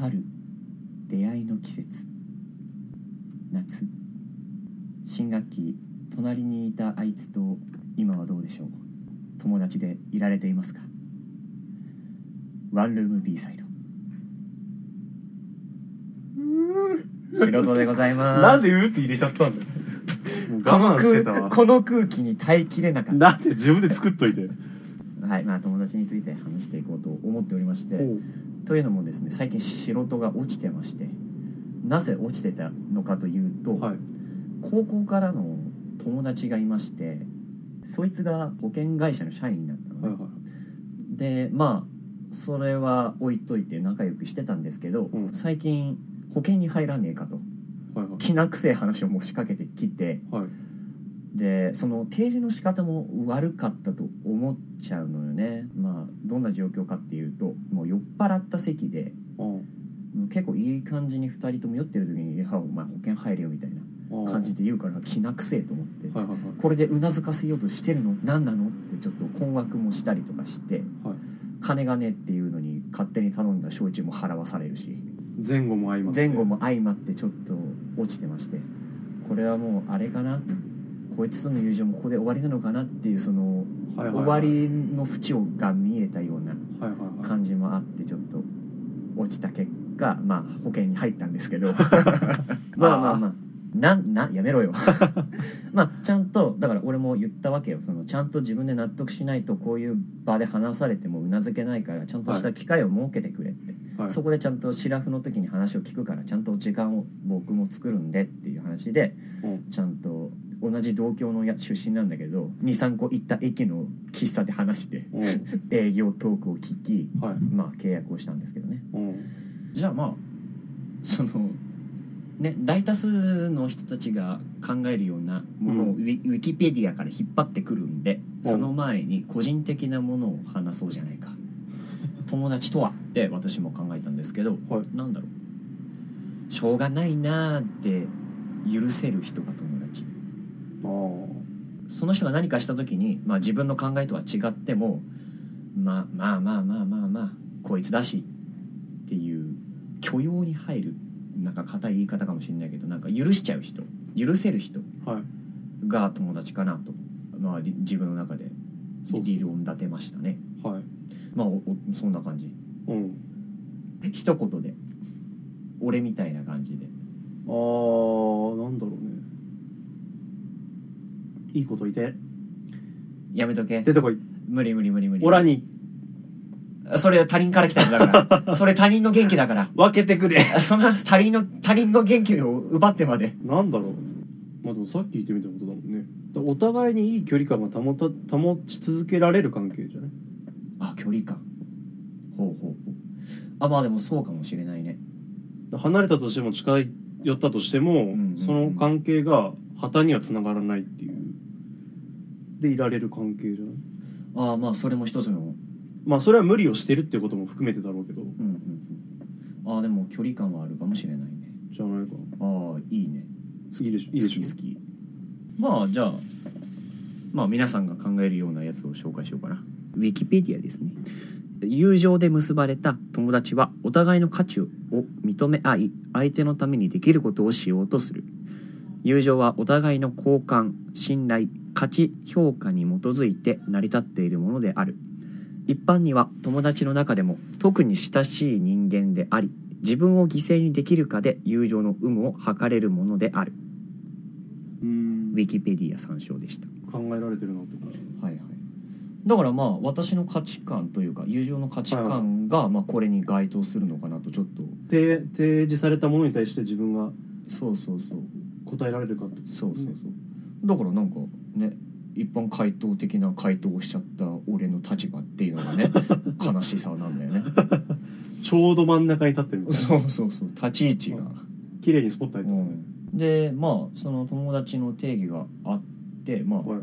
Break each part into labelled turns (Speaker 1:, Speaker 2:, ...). Speaker 1: 春出会いの季節夏新学期隣にいたあいつと今はどうでしょう友達でいられていますかワンルーム B サイド素人でございます
Speaker 2: なんで「う」って入れちゃったんだよもう我慢してたわ
Speaker 1: この空この空気に耐えきれなかっ
Speaker 2: なんで自分で作っといて
Speaker 1: たはいまあ友達について話していこうと思っておりましてというのもですね最近仕事が落ちてましてなぜ落ちてたのかというと、
Speaker 2: はい
Speaker 1: 高校からの友達がいましてそいつが保険会社の社員になったのね、
Speaker 2: はいは
Speaker 1: でまあそれは置いといて仲良くしてたんですけど、
Speaker 2: うん
Speaker 1: 最近保険に入らねえかと
Speaker 2: いはい
Speaker 1: きな臭い話を持ちかけてきて
Speaker 2: はいはい
Speaker 1: でその提示の仕方も悪かったと思っちゃうのよねまあどんな状況かっていうともう酔っ払った席で
Speaker 2: うん
Speaker 1: 結構いい感じに2人とも酔ってる時に「いやお前保険入れよ」みたいな
Speaker 2: うん
Speaker 1: 感じで言うから気なくせえと思って、
Speaker 2: はいはいはい
Speaker 1: これでうなずかせようとしてるの何なのってちょっと困惑もしたりとかして、
Speaker 2: はい
Speaker 1: 金がねえっていうのに勝手に頼んだ焼酎も払わされるし
Speaker 2: 前後も相まって
Speaker 1: 前後も相まってちょっと落ちてましてこれはもうあれかなこいつとの友情もここで終わりなのかなっていうその
Speaker 2: はいはい
Speaker 1: 終
Speaker 2: は
Speaker 1: わ
Speaker 2: い
Speaker 1: りの縁をが見えたような
Speaker 2: はいはいはい
Speaker 1: 感じもあってちょっと落ちた結果まあ保険に入ったんです けど まあまあまあなんなんやめろよまあちゃんとだから俺も言ったわけよそのちゃんと自分で納得しないとこういう場で話されてもうなずけないからちゃんとした機会を設けてくれって、
Speaker 2: はい
Speaker 1: そこでちゃんとシラフの時に話を聞くからちゃんと時間を僕も作るんでっていう話で
Speaker 2: うん
Speaker 1: ちゃんと同じ同郷のや出身なんだけど23個行った駅の喫茶で話して
Speaker 2: うん
Speaker 1: 営業トークを聞き
Speaker 2: はい
Speaker 1: まあ契約をしたんですけどね
Speaker 2: うん
Speaker 1: じゃあまあそのね大多数の人たちが考えるようなものを
Speaker 2: うん
Speaker 1: ウィ,、ウィキペディアから引っ張ってくるんで
Speaker 2: うん
Speaker 1: その前に個人的なものを話そうじゃないか友達とはって私も考えたんですけど、
Speaker 2: はい
Speaker 1: なんだろうしょうがないなーって許せる人が友達
Speaker 2: あー
Speaker 1: その人が何かした時に、まあ、自分の考えとは違っても、まあ、まあまあまあまあまあこいつだしっていう許容に入るなんか硬い言い方かもしれないけどなんか許しちゃう人許せる人
Speaker 2: はい
Speaker 1: が友達かなと、まあ、り自分の中で
Speaker 2: そう
Speaker 1: 理論立てましたね。
Speaker 2: はい
Speaker 1: まあおおそんな感じ
Speaker 2: うん
Speaker 1: 一言で俺みたいな感じで
Speaker 2: あーなんだろうねいいこと言って
Speaker 1: やめとけ
Speaker 2: 出てこい
Speaker 1: 無理無理無理無理
Speaker 2: オラに
Speaker 1: それは他人から来たやつだからそれ他人の元気だから
Speaker 2: 分けてくれ
Speaker 1: そんな他人の他人の元気を奪ってまで
Speaker 2: なんだろうまあでもさっき言ってみたことだもんねだお互いにいい距離感が保た保ち続けられる関係じゃない
Speaker 1: あ距離感ほうほうほうあまあでもそうかもしれないね
Speaker 2: だ離れたとしても近い寄ったとしても、
Speaker 1: んうんうん
Speaker 2: その関係が破綻にはつながらないっていうでいられる関係じゃない
Speaker 1: ああまあそれも一つのうん
Speaker 2: まあそれは無理をしてるっていうことも含めてだろうけど
Speaker 1: うんうんああでも距離感はあるかもしれないね
Speaker 2: じゃないか
Speaker 1: ああいいね
Speaker 2: いいでしょいいでしょ
Speaker 1: 好き好きまあじゃあまあ皆さんが考えるようなやつを紹介しようかなウィキペディアですね友情で結ばれた友達はお互いの価値を認め合い相手のためにできることをしようとする友情はお互いの交換信頼価値評価に基づいて成り立っているものである一般には友達の中でも特に親しい人間であり自分を犠牲にできるかで友情の有無を測れるものである
Speaker 2: うーん
Speaker 1: ウィキペディア参照でした。
Speaker 2: 考えられてるなってこと
Speaker 1: はいはい。だからまあ私の価値観というか友情の価値観がまあこれに該当するのかなとちょっと
Speaker 2: 提提示されたものに対して自分が
Speaker 1: そうそうそう
Speaker 2: 答えられるかって
Speaker 1: そうそうそうだからなんかね一般回答的な回答をしちゃった俺の立場っていうのが ね悲しさなんだよね
Speaker 2: ちょうど真ん中に立ってるみたいな
Speaker 1: そうそうそう立ち位置が、
Speaker 2: 綺麗にスポット
Speaker 1: う
Speaker 2: 入って
Speaker 1: ん、でまあその友達の定義があってまあ、
Speaker 2: る、はい、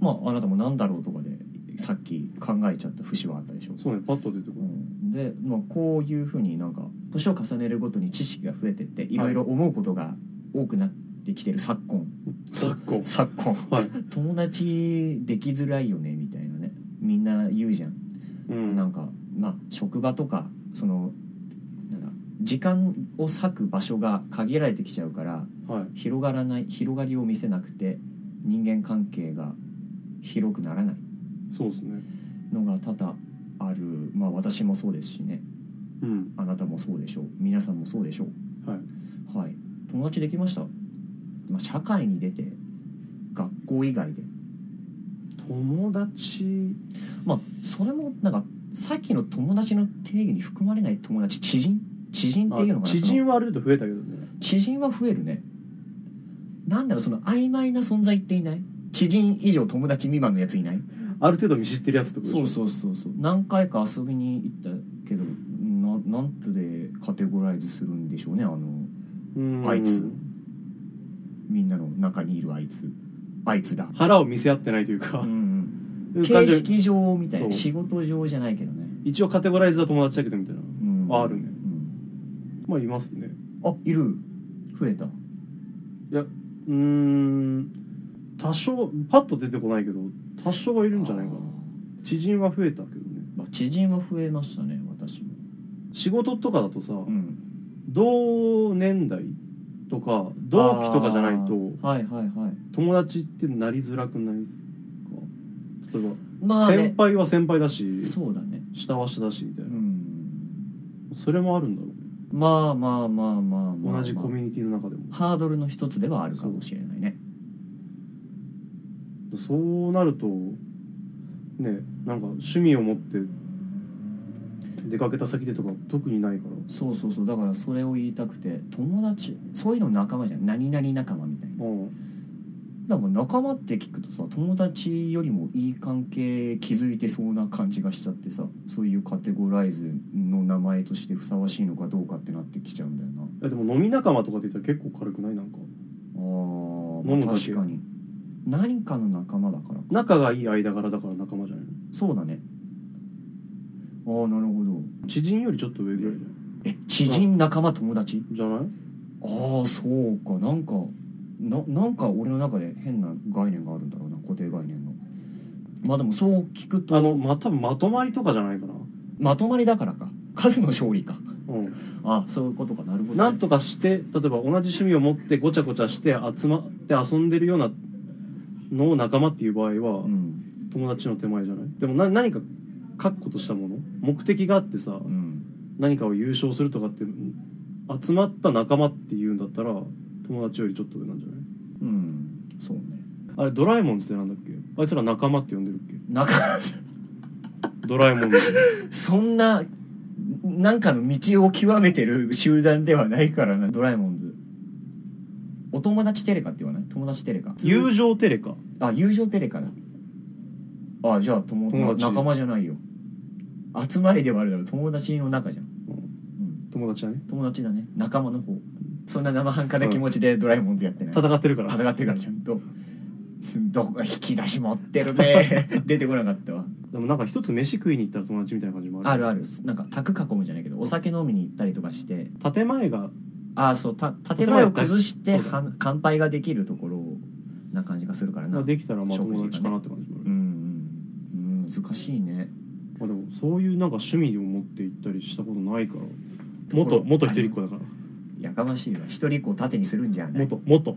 Speaker 1: まああなたもなんだろうとかでさっき考えちゃった節はあったでしょ
Speaker 2: そうねパッと出てこ
Speaker 1: う
Speaker 2: ない
Speaker 1: んで、まあ、こういうふうになんか年を重ねるごとに知識が増えてっていろいろ思うことが多くなってきてる昨今、
Speaker 2: 昨今
Speaker 1: 昨今
Speaker 2: はい、
Speaker 1: 友達できづらいよねみたいなねみんな言うじゃん、
Speaker 2: うん、
Speaker 1: なんかまあ職場とかそのなんだ時間を割く場所が限られてきちゃうから
Speaker 2: はい
Speaker 1: 広がらない広がりを見せなくて人間関係が広くならない
Speaker 2: そうですね
Speaker 1: のが多々あるまあ私もそうですしね
Speaker 2: うん
Speaker 1: あなたもそうでしょう皆さんもそうでしょ
Speaker 2: はいう
Speaker 1: はい友達できました、まあ、社会に出て学校以外で
Speaker 2: 友達
Speaker 1: まあそれもなんかさっきの友達の定義に含まれない友達知人知人っていうの
Speaker 2: あ
Speaker 1: が
Speaker 2: 知人はある程度増えたけどね
Speaker 1: 知人は増えるねなんだろうその曖昧な存在っていない知人以上友達未満のやついない
Speaker 2: ある程度見知ってるやつってことでし
Speaker 1: そ
Speaker 2: ょ
Speaker 1: うそうそうそう何回か遊びに行ったけどななんとでカテゴライズするんでしょうねあの
Speaker 2: うん
Speaker 1: あいつみんなの中にいるあいつあいつら、
Speaker 2: 腹を見せ合 ってないというか、
Speaker 1: うん
Speaker 2: いう感
Speaker 1: 形
Speaker 2: じで
Speaker 1: 式上みたい
Speaker 2: そ
Speaker 1: な
Speaker 2: う
Speaker 1: 仕事上じゃないけどね、
Speaker 2: 一応カテゴライズは友達だけどみたいな
Speaker 1: うん
Speaker 2: ああるね
Speaker 1: うん
Speaker 2: まあいますね
Speaker 1: あいる増えた
Speaker 2: うーん多少パッと出てこないけど多少はいるんじゃないかな知人は増えたけどね
Speaker 1: まあ、知人は増えましたね私も、
Speaker 2: 仕事とかだとさ、
Speaker 1: ん、
Speaker 2: 同年代とか同期とかじゃない
Speaker 1: あ
Speaker 2: と
Speaker 1: ーはいはいはい
Speaker 2: 友達ってなりづらくないですか例えば、
Speaker 1: まあね
Speaker 2: 先輩は先輩だし
Speaker 1: そうだね
Speaker 2: 下は下だしみたいうな、
Speaker 1: ん
Speaker 2: それもあるんだろうね
Speaker 1: まあまあまあまあまあ、まあ、
Speaker 2: 同じコミュニティの中でも
Speaker 1: ハードルの一つではあるかもしれないね
Speaker 2: そうなるとねなんか趣味を持って出かけた先でとか特にないから
Speaker 1: そうそうそうだからそれを言いたくて友達そういうの仲間じゃん何々仲間みたいな
Speaker 2: うん
Speaker 1: だから仲間って聞くとさ友達よりもいい関係築いてそうな感じがしちゃってさそういうカテゴライズの名前としてふさわしいのかどうかってなってきちゃうんだよな
Speaker 2: えでも飲み仲間とかって言ったら結構軽くないなんか
Speaker 1: あー、
Speaker 2: 飲む
Speaker 1: まあ、
Speaker 2: だけ
Speaker 1: 確かに何かの仲間だからか
Speaker 2: 仲がいい間柄だから仲間じゃないの
Speaker 1: そうだねああなるほど
Speaker 2: 知人よりちょっと上ぐらい
Speaker 1: え知人仲間友達
Speaker 2: じゃない
Speaker 1: ああそうかなんかななんか俺の中で変な概念があるんだろうな固定概念がまあでもそう聞く
Speaker 2: あ
Speaker 1: と
Speaker 2: のま多分まとまりとかじゃないかな
Speaker 1: まとまりだからか数の勝利か
Speaker 2: うん
Speaker 1: あそういうことかなるほど、
Speaker 2: なんとかして例えば同じ趣味を持ってごちゃごちゃして集まって遊んでるようなのを仲間っていう場合は
Speaker 1: うん
Speaker 2: 友達の手前じゃないでもな何か確固としたもの目的があってさ、
Speaker 1: うん
Speaker 2: 何かを優勝するとかって集まった仲間っていうんだったら友達よりちょっと上なんじゃない
Speaker 1: うんそうね
Speaker 2: あれドラえもんズってなんだっけあいつら仲間って呼んでるっけ
Speaker 1: なんか
Speaker 2: ドラえもんズ
Speaker 1: そんななんかの道を極めてる集団ではないからなドラえもんズお友達テレカって言わない友達テレカ
Speaker 2: 友情テレカ
Speaker 1: あ友情テレカだあじゃあ友
Speaker 2: 友達
Speaker 1: な仲間じゃないよ集まりではあるだろう友達の中じゃん、うん、
Speaker 2: 友達だね
Speaker 1: 友達だね仲間の方そんな生半可な気持ちでドラえもんズやってない、
Speaker 2: 戦ってるから
Speaker 1: 戦ってるからちゃんとどこか引き出し持ってる ね出てこなかったわ
Speaker 2: でもなんか一つ飯食いに行ったら友達みたいな感じもある
Speaker 1: あるあるなんか卓囲むじゃないけどお酒飲みに行ったりとかして
Speaker 2: 建前が
Speaker 1: ああそうた建前を崩して
Speaker 2: そうだ
Speaker 1: はん乾杯ができるところな感じがするからな
Speaker 2: できたらまあ
Speaker 1: 食事
Speaker 2: 友
Speaker 1: がね
Speaker 2: 達かなって感じもあ
Speaker 1: う
Speaker 2: る、
Speaker 1: んうんうん難しいね
Speaker 2: まあ、でもそういうなんか趣味を持って行ったりしたことないから
Speaker 1: とこ
Speaker 2: 元
Speaker 1: ろ
Speaker 2: 元一人っ子だから
Speaker 1: やかましいわ一人っ子を盾にするんじゃない
Speaker 2: 元元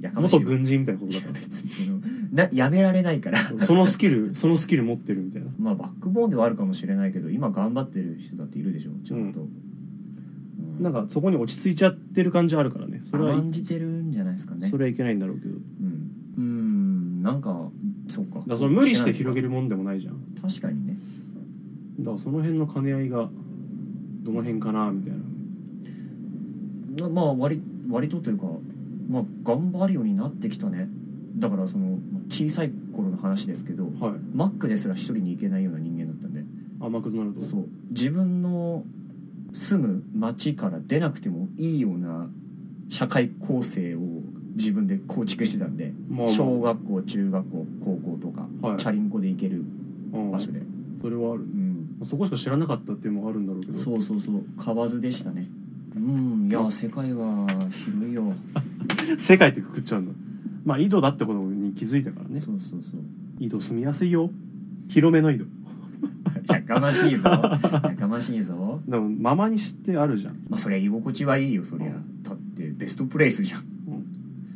Speaker 1: やかましい
Speaker 2: 元
Speaker 1: わ
Speaker 2: 軍人みたいなこ
Speaker 1: い
Speaker 2: と
Speaker 1: や
Speaker 2: だか
Speaker 1: 別にそのなやめられないから
Speaker 2: らそのスキルそのスキル持ってるみたいな
Speaker 1: まあバックボーンではあるかもしれないけど今頑張ってる人だっているでしょちゃんと、うん
Speaker 2: なんかそこに落ち着いちゃってる感じあるからねそれはい
Speaker 1: 甘んじてるんじゃないですかね
Speaker 2: それはいけないんだろうけど
Speaker 1: うんうんなんかそうか
Speaker 2: だからその無理して広げるもんでもないじゃん
Speaker 1: 確かにね
Speaker 2: だからその辺の兼ね合いがどの辺かなみたいな
Speaker 1: ままあ割割とというかまあ頑張るようになってきたねだからそのまあ小さい頃の話ですけど
Speaker 2: はい
Speaker 1: マックですら一人に行けないような人間だったんで
Speaker 2: 甘くなると
Speaker 1: そう自分の住む町から出なくてもいいような社会構成を自分で構築してたんで
Speaker 2: まあまあ
Speaker 1: 小学校中学校高校とか、
Speaker 2: はい
Speaker 1: チャリンコで行ける
Speaker 2: うん
Speaker 1: 場所で、
Speaker 2: それはある
Speaker 1: うん、
Speaker 2: そこしか知らなかったっていうのもあるんだろうけど
Speaker 1: そうそうそう河津でしたねうんいや世界は広いよ
Speaker 2: 世界ってくくっちゃうんだまあ井戸だってことに気づいたからね
Speaker 1: そうそうそう
Speaker 2: 井戸住みやすいよ広めの井戸
Speaker 1: やかましいぞやかましいぞ
Speaker 2: でもママにしてあるじゃん
Speaker 1: まあそりゃ居心地はいいよそりゃ、
Speaker 2: うん
Speaker 1: だってベストプレイスじゃん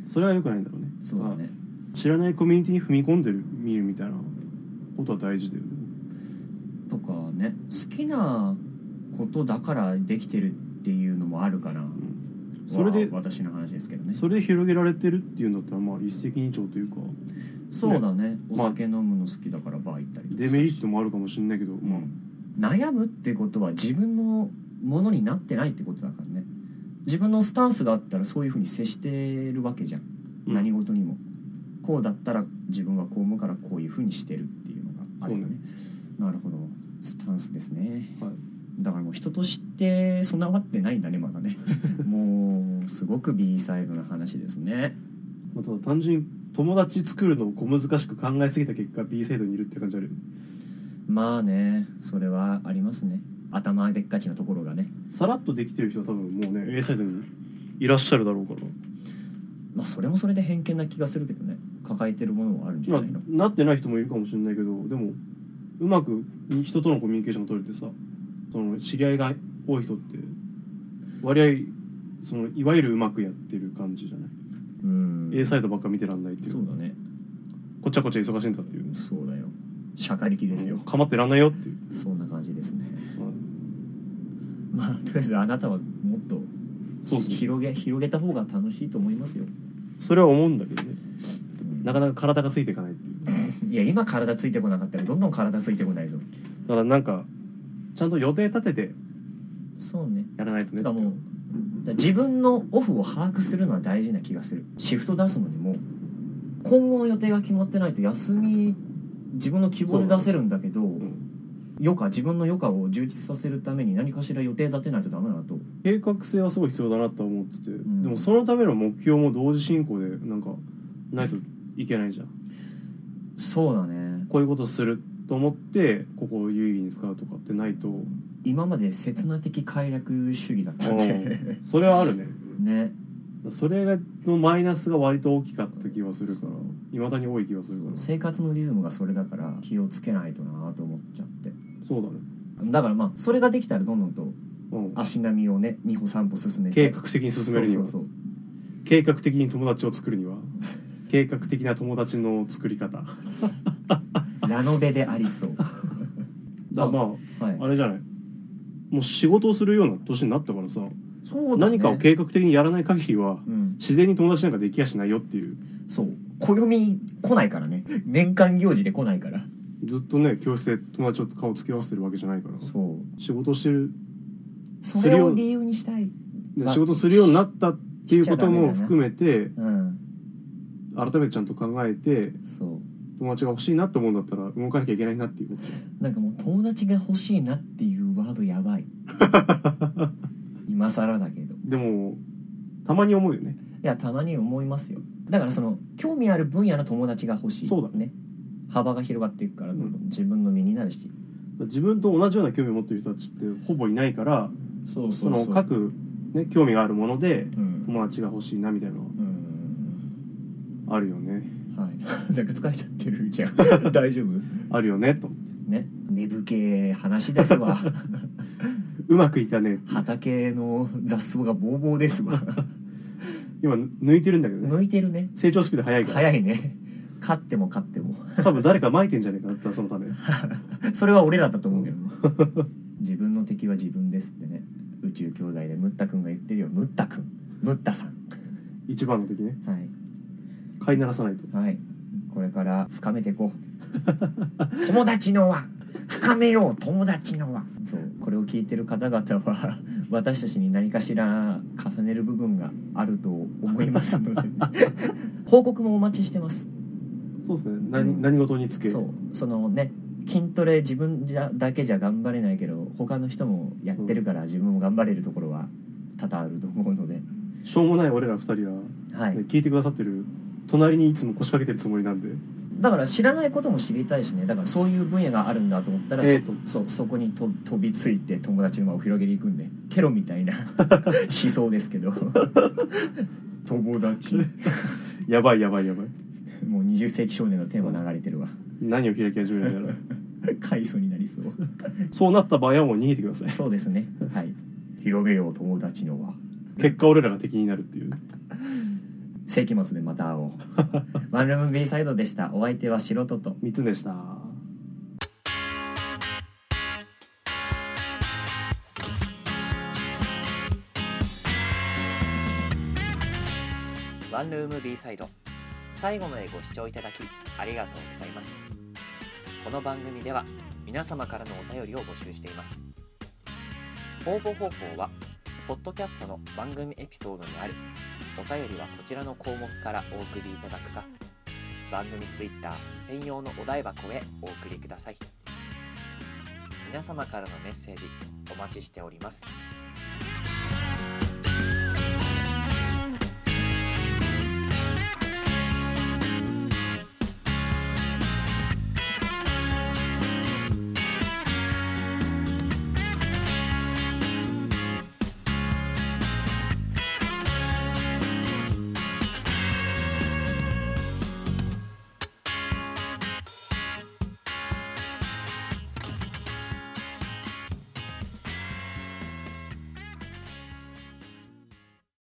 Speaker 2: それは良くないんだろうね
Speaker 1: そうだね
Speaker 2: 知らないコミュニティに踏み込んでる見るみたいなことは大事だよね
Speaker 1: とかね好きなことだからできてるっていうのもあるかな
Speaker 2: それで
Speaker 1: わ私の話ですけどね
Speaker 2: それで広げられてるっていうんだったらまあ一石二鳥というか
Speaker 1: そうだねお
Speaker 2: まあ
Speaker 1: 酒飲むの好きだからバー行ったりとか
Speaker 2: デメリットもあるかもしれないけど、
Speaker 1: う
Speaker 2: まあ
Speaker 1: ん悩むってことは自分のものになってないってことだからね自分のスタンスがあったらそういうふうに接してるわけじゃん、
Speaker 2: うん
Speaker 1: 何事にもこうだったら自分はこう思うからこういうふうにしてるっていうのがあるよねなるほどスタンスですね、
Speaker 2: はい
Speaker 1: だからもう人として備わってないんだねまだ ねもうすごく B サイドの話ですね
Speaker 2: まあただ単純に友達作るのを小難しく考えすぎた結果 B サイドにいるって感じあるよね
Speaker 1: まあねそれはありますね頭でっかちなところがね
Speaker 2: さらっとできてる人は多分もうね A サイドにいらっしゃるだろうから
Speaker 1: まあそれもそれで偏見な気がするけどね抱えてるものはあるんじゃ
Speaker 2: まあ
Speaker 1: ないの、
Speaker 2: なってない人もいるかもしれないけどでもうまく人とのコミュニケーションが取れてさその知り合いが多い人って割合そのいわゆるうまくやってる感じじゃない、
Speaker 1: うん
Speaker 2: A サイドばっか見てらんないってい
Speaker 1: そううだね
Speaker 2: こっちゃこっちゃ忙しいんだっていう
Speaker 1: そうだよしゃかりきですよ、
Speaker 2: かまってらんないよっていう、
Speaker 1: そんな感じですね
Speaker 2: まあ
Speaker 1: まあとりあえずあなたはもっと
Speaker 2: そうそう
Speaker 1: 広げ広げた方が楽しいと思いますよ、
Speaker 2: それは思うんだけどね
Speaker 1: うん
Speaker 2: なかなか体がついていかないっていう
Speaker 1: いや今体ついてこなかったらどんどん体ついてこないぞ
Speaker 2: だからなんかちゃんと予定立てて
Speaker 1: そうね
Speaker 2: やらないとね
Speaker 1: だからもうだから自分のオフを把握するのは大事な気がするシフト出すのにも今後の予定が決まってないと休み自分の希望で出せるんだけど、
Speaker 2: うん
Speaker 1: 余暇自分の余暇を充実させるために何かしら予定立てないとダメだなと
Speaker 2: 計画性はすごい必要だなとは思ってて、
Speaker 1: ん
Speaker 2: でもそのための目標も同時進行でなんかないといけないじゃん
Speaker 1: そうだね
Speaker 2: こういうことすると思ってここを有意義に使うとかってない と
Speaker 1: 今まで刹那的快楽主義だったんで
Speaker 2: それはあるね
Speaker 1: ね
Speaker 2: それのマイナスが割と大きかった気はするからいまだに多い気がするから
Speaker 1: 生活のリズムがそれだから気をつけないとなと思っちゃって
Speaker 2: そうだね、
Speaker 1: だからまあそれができたらどんどんと
Speaker 2: うん、
Speaker 1: 足並みをね2歩3歩進め
Speaker 2: 計
Speaker 1: て
Speaker 2: 画的に進めるに
Speaker 1: そ
Speaker 2: は
Speaker 1: うそうそう
Speaker 2: 計画的に友達を作るには計画的な友達の作り方
Speaker 1: ラノベでありそう。
Speaker 2: だま
Speaker 1: あ、はい
Speaker 2: ああれじゃないもう仕事をするような年になったからさ、
Speaker 1: そうだね
Speaker 2: 何かを計画的にやらない限りは
Speaker 1: うん、
Speaker 2: 自然に友達なんかできやしないよっていう
Speaker 1: そう。暦来ないからね。年間行事で来ないから。
Speaker 2: ずっとね教室で友達と顔つき合わせてるわけじゃないから
Speaker 1: そう。
Speaker 2: 仕事してる、
Speaker 1: そ
Speaker 2: する
Speaker 1: れ
Speaker 2: よ
Speaker 1: を理由にしたい。
Speaker 2: ね
Speaker 1: まあ
Speaker 2: 仕事するようになったっていうこと
Speaker 1: しし
Speaker 2: も
Speaker 1: ちゃダメだな
Speaker 2: 含めて
Speaker 1: うん。
Speaker 2: 改めてちゃんと考えて
Speaker 1: そう。
Speaker 2: 友達が欲しいなと思うんだったら動かなきゃいけないなっていうこと
Speaker 1: なんかもう友達が欲しいなっていうワードやばい。 今更だけど。い
Speaker 2: でもたまに思うよね
Speaker 1: や、たまに思いますよ。だからその、興味ある分野の友達が欲しい。
Speaker 2: そうだね
Speaker 1: ね。幅が広がっていくから、
Speaker 2: うん
Speaker 1: 自分の身になるし。
Speaker 2: 自分と同じような興味を持ってる人たちってほぼいないから
Speaker 1: そう
Speaker 2: その各、ね、興味があるもので
Speaker 1: うん。
Speaker 2: 友達が欲しいなみたいなの
Speaker 1: うん。
Speaker 2: はあるよね
Speaker 1: はい。 なんか疲れちゃってるじゃん。 大丈夫
Speaker 2: あるよねと思って
Speaker 1: ね、根付け話です わ
Speaker 2: うまくいかねえ
Speaker 1: 畑の雑草がボーボーです わ
Speaker 2: 今抜いてるんだけどね
Speaker 1: 抜いてるね
Speaker 2: 成長スピード速いから
Speaker 1: 早いね勝っても勝っても
Speaker 2: 多分誰か撒いてんじゃねえかなそのため
Speaker 1: それは俺らだと思うけど 自分の敵は自分ですってね宇宙兄弟でムッタ君が言ってるよムッタ君ムッタさん
Speaker 2: 一番の時ね
Speaker 1: はい
Speaker 2: 飼いならさないと
Speaker 1: はいこれから深めていこう 友達の輪深めよう友達の輪そうこれを聞いてる方々は 私たちに何かしら重ねる部分があると思いますので 報告もお待ちしてます
Speaker 2: そうですね何,、
Speaker 1: うん
Speaker 2: 何事につけ
Speaker 1: そうそのね筋トレ自分じゃだけじゃ頑張れないけど他の人もやってるから自分も頑張れるところは多々あると思うので、
Speaker 2: しょうもない俺ら二人は、
Speaker 1: は
Speaker 2: ね
Speaker 1: い、
Speaker 2: 聞いてくださってる隣にいつも腰掛けてるつもりなんで
Speaker 1: だから知らないことも知りたいしねだからそういう分野があるんだと思ったら、そ
Speaker 2: えーと
Speaker 1: そうそこにと飛びついて友達の輪を広げていくんで ケロみたいな思想ですけど友達
Speaker 2: やばいやばいやばい
Speaker 3: もう20世紀少年のテーマ流れてるわ
Speaker 2: 何を開き始めるんだろ
Speaker 3: 快祖になりそう
Speaker 2: うそうなった場合はもう逃げてください
Speaker 3: そうですねはい広めよう友達の輪
Speaker 2: 結果俺らが敵になるっていう
Speaker 3: 世紀末でまた会おうワンルーム B サイドでしたお相手は素人と
Speaker 2: 3つでした
Speaker 1: ワンルーム B サイド最後までご視聴いただきありがとうございますこの番組では皆様からのお便りを募集しています応募方法はポッドキャストの番組エピソードにあるお便りはこちらの項目からお送りいただくか番組ツイッター専用のお題箱へお送りください皆様からのメッセージお待ちしております